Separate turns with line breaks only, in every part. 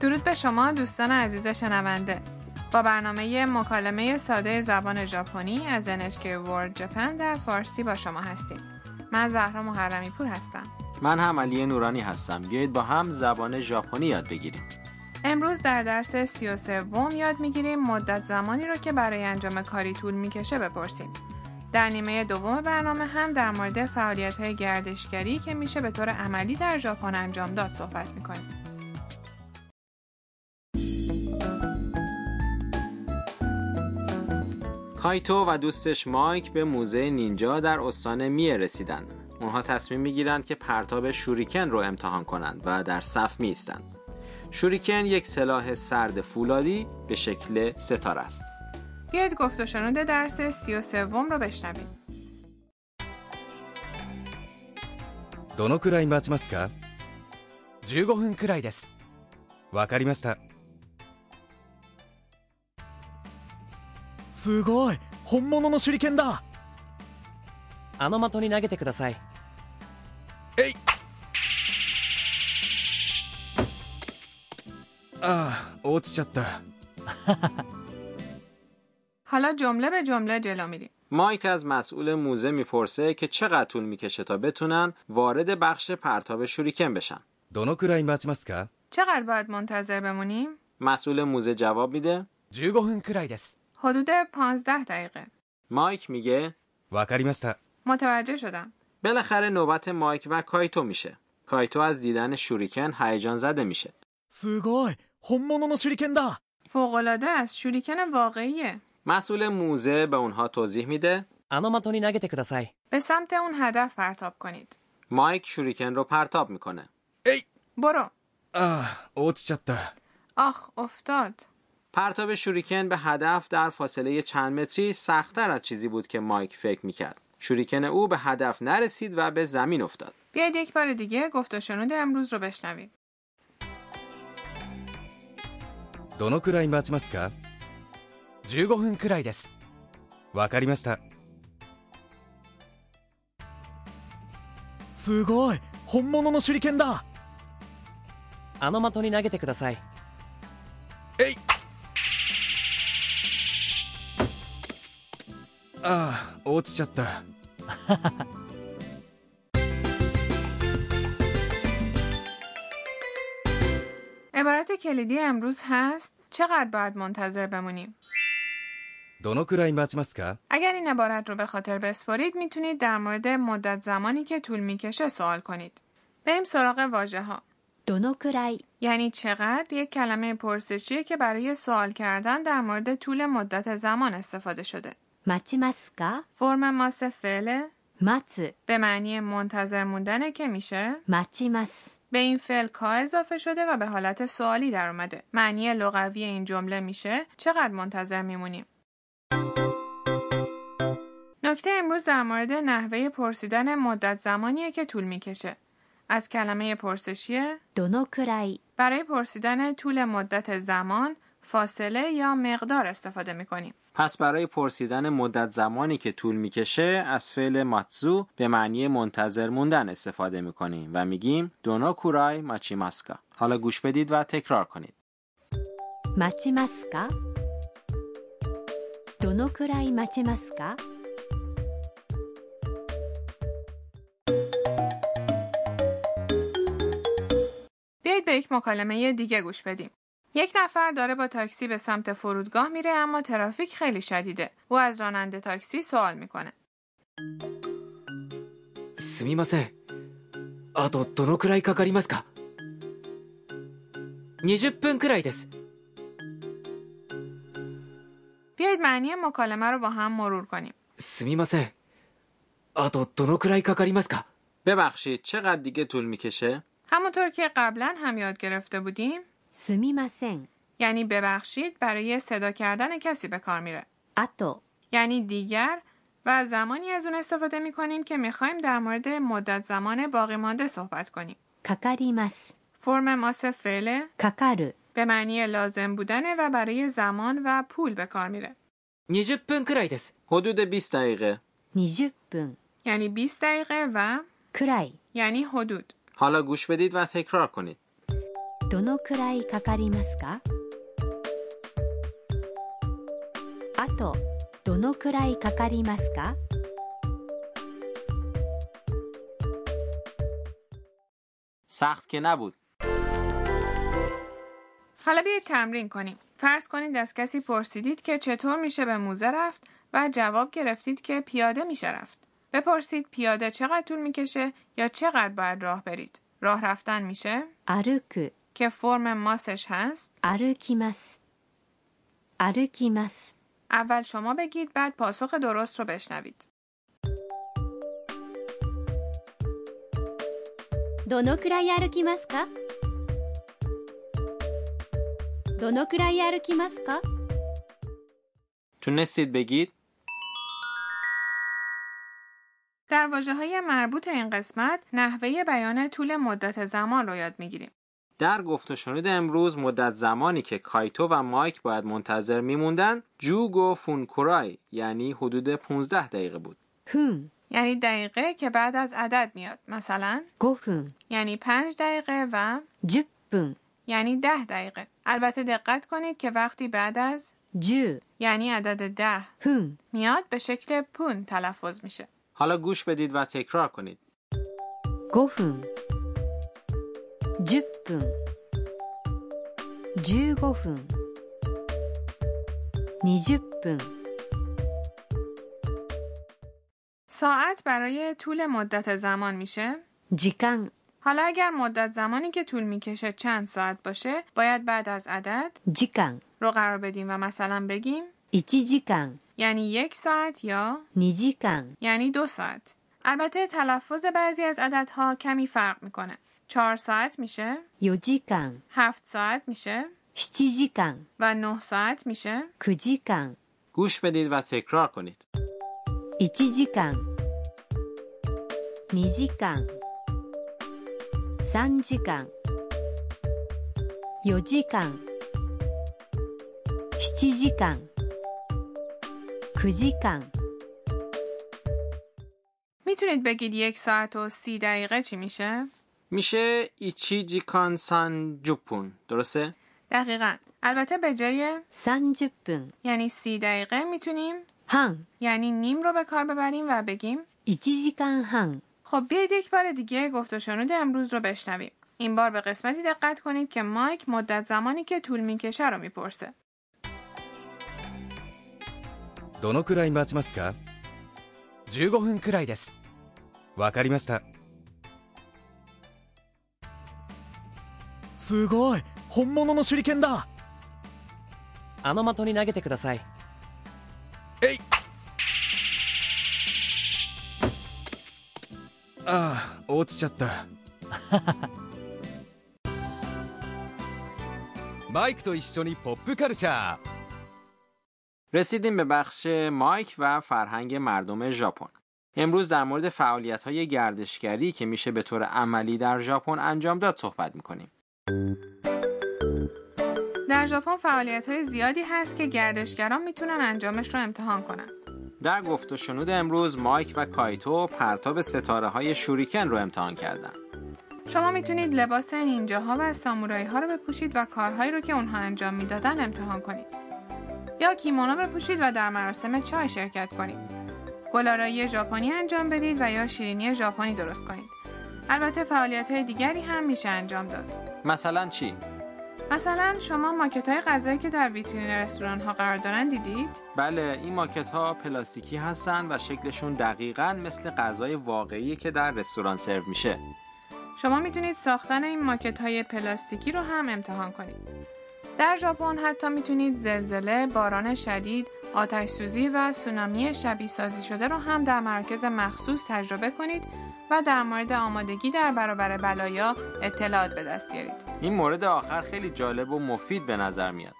درود به شما دوستان عزیز شنونده با برنامه مکالمه ساده زبان ژاپنی از NHK World Japan در فارسی با شما هستیم من زهرا محرمی پور هستم
من هم علی نورانی هستم بیایید با هم زبان ژاپنی یاد بگیریم
امروز در درس 33 وم یاد میگیریم مدت زمانی رو که برای انجام کاری طول میکشه بپرسیم در نیمه دوم برنامه هم در مورد فعالیت های گردشگری که میشه به طور عملی در ژاپن انجام داد صحبت میکنیم
کایتو و دوستش مایک به موزه نینجا در استان میه رسیدند اونها تصمیم میگیرند که پرتاب شوریکن رو امتحان کنند و در صف میستند شوریکن یک سلاح سرد فولادی به شکل ستاره است
بیاید گفت و شنود درس سی و سوم رو بشنویم
どのくらい待ちますか
15分くらいです
わかりました
すごい本物の手裏剣だ
あの的に投げてください
ああ落ちちゃった。
حالا جمله به جمله جلو میریم
مایک از مسئول موزه میپرسه که چقدر طول میکشه تا بتونن وارد بخش پرتاب شوریکن بشن
どのくらい待ちますか
چقدر باید منتظر بمونیم
مسئول موزه جواب میده
15分くらいです
حدود 15 دقیقه
مایک میگه
わかりました。
متوجه شدم
بالاخره نوبت مایک و کایتو میشه کایتو از دیدن شوریکن هیجان زده میشه
すごい本物の手裏剣だ
فوقالعاده است شوریکن واقعیه
مسئول موزه به اونها توضیح میده
あの的に投げてください
به سمت اون هدف پرتاب کنید
مایک شوریکن رو پرتاب میکنه
برو
ああ落ちちゃった。
آخ افتاد
پرتاب شوریکن به هدف در فاصله چند متری سختتر از چیزی بود که مایک فکر میکرد شوریکن او به هدف نرسید و به زمین افتاد
بیاید یک بار دیگه گفت و شنود امروز رو بشنویم
どのくらい待ちますか
15分くらいです
わかりました。
すごい本物の手裏剣だ
あの的に投げてください
ああ落ちちゃった。
عبارت کلیدی امروز هست چقدر باید منتظر بمونیم
どのくらい待ちますか
اگر این عبارت رو به خاطر بسپرید میتونید در مورد مدت زمانی که طول میکشه سوال کنید بریم سراغ واژه ها
どのくらい
یعنی چقدر یک کلمه پرسشیه که برای سوال کردن در مورد طول مدت زمان استفاده شده
待ちますか
فرم ماس فعل
待つ
به معنی منتظر موندنه که میشه
待ちます
به این فعل کا اضافه شده و به حالت سوالی در اومده معنی لغوی این جمله میشه چقدر منتظر میمونیم نکته امروز در مورد نحوه پرسیدن مدت زمانیه که طول میکشه از کلمه پرسشیه
どのくらい
برای پرسیدن طول مدت زمان فاصله یا مقدار استفاده میکنیم
پس برای پرسیدن مدت زمانی که طول میکشه از فعل ماتزو به معنی منتظر موندن استفاده میکنیم و میگیم دونا کورای ماچیماسکا حالا گوش بدید و تکرار کنید
待ちますかどのくらい待ちますか
بیایید به یک مکالمه دیگه گوش بدیم. یک نفر داره با تاکسی به سمت فرودگاه میره اما ترافیک خیلی شدیده. او از راننده تاکسی سوال میکنه.
すみませんあとどのくらいかかりますか20分くらいです
بیایید معنی مکالمه رو با هم مرور کنیم.
すみませんあとどのくらいかかりますか
ببخشید چقدر دیگه طول میکشه
همونطور که قبلا هم یاد گرفته بودیم
すみません
یعنی ببخشید برای صدا کردن کسی به کار میره.
あと
یعنی دیگر و زمانی از اون استفاده میکنیم که میخوایم در مورد مدت زمان باقی مانده صحبت کنیم.
かかります
فرم ماس فعله
かかる
به معنی لازم بودنه و برای زمان و پول به کار میره.
20分くらいです
حدود 20 دقیقه
20分
یعنی 20 دقیقه و
くらい
یعنی حدود
حالا گوش بدید و تکرار کنید
どのくらいかかりますかあとどのくらいかかりますか
سخت که نبود
حالا بیایید تمرین کنیم. فرض کنید از کسی پرسیدید که چطور میشه به موزه رفت و جواب گرفتید که پیاده میشه رفت. بپرسید پیاده چقدر طول میکشه یا چقدر باید راه برید. راه رفتن میشه
歩く
که فرم ماسش هست.
歩きます歩きます
اول شما بگید بعد پاسخ درست رو بشنوید.
どのくらい歩きますかどのくらい歩きますか
تونستید بگید
در واجه های مربوط این قسمت نحوه بیان طول مدت زمان رو یاد میگیریم.
در گفت و شنود امروز مدت زمانی که کایتو و مایک باید منتظر میموندن جوگو فونکورای یعنی حدود 15 دقیقه بود
分
یعنی دقیقه که بعد از عدد میاد. مثلا
5分
یعنی 5 دقیقه و
10分
یعنی ده دقیقه البته دقت کنید که وقتی بعد از
10
یعنی عدد ده
分
میاد به شکل پون تلفظ میشه
حالا گوش بدید و تکرار کنید
5分10分15分20分
ساعت برای طول مدت زمان میشه
時間
حالا اگر مدت زمانی که طول میکشه چند ساعت باشه باید بعد از عدد
時間
رو قرار بدیم و مثلا بگیم
1時間
یعنی یک ساعت یا
2時間
یعنی دو ساعت البته تلفظ بعضی از عددها کمی فرق میکنه چهار ساعت میشه
4時間
هفت ساعت میشه
7時間
و نه ساعت میشه
9時間
گوش بدید و تکرار کنید
1時間2時間3時間4時間7時間9時間
میتونید بگید یک ساعت و سی دقیقه چی میشه؟
میشه ایچی جیکان سان جوپون درسته؟
دقیقا البته به جای
30分
یعنی سی دقیقه میتونیم
半
یعنی نیم رو به کار ببریم و بگیم
1時間半
خب بیایید یک بار دیگه گفت و شنود امروز رو بشنویم این بار به قسمتی دقت کنید که مایک مدت زمانی که طول میکشه رو میپرسه
どのくらい待ちますか
15分くらいです
わかりました
すごい本物の手裏剣だ
あの的に投げてください
ああ落ちちゃった マイクと一緒にポップカルチャー
رسیدیم به بخش مایک و فرهنگ مردم ژاپن. امروز در مورد فعالیت های گردشگری که میشه به طور عملی در ژاپن انجام داد صحبت میکنیم.
در ژاپن فعالیت های زیادی هست که گردشگران میتونن انجامش رو امتحان کنن
در گفت و شنود امروز مایک و کایتو پرتاب ستاره های شوریکن رو امتحان کردن.
شما میتونید لباس نینجاها و سامورایی ها رو بپوشید و کارهایی رو که اونها انجام میدادن امتحان کنید. یا کیمونو بپوشید و در مراسم چای شرکت کنید. گلارایی ژاپنی انجام بدید و یا شیرینی ژاپنی درست کنید. البته فعالیت های دیگری هم میشه انجام داد.
مثلا چی؟
مثلا شما ماکت های غذایی که در ویترین رستوران ها قرار دارن دیدید؟
بله این ماکت ها پلاستیکی هستن و شکلشون دقیقا مثل غذای واقعی که در رستوران سرو میشه.
شما میتونید ساختن این ماکت های پلاستیکی رو هم امتحان کنید. در ژاپن حتی میتونید زلزله، باران شدید، آتش سوزی و سونامی شبیه سازی شده رو هم در مرکز مخصوص تجربه کنید و در مورد آمادگی در برابر بلایا اطلاعات به دست بیارید.
این مورد آخر خیلی جالب و مفید به نظر میاد.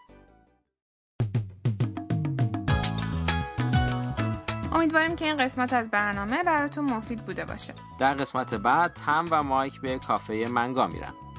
امیدواریم که این قسمت از برنامه براتون مفید بوده باشه.
در قسمت بعد هم و مایک به کافه منگا میرن.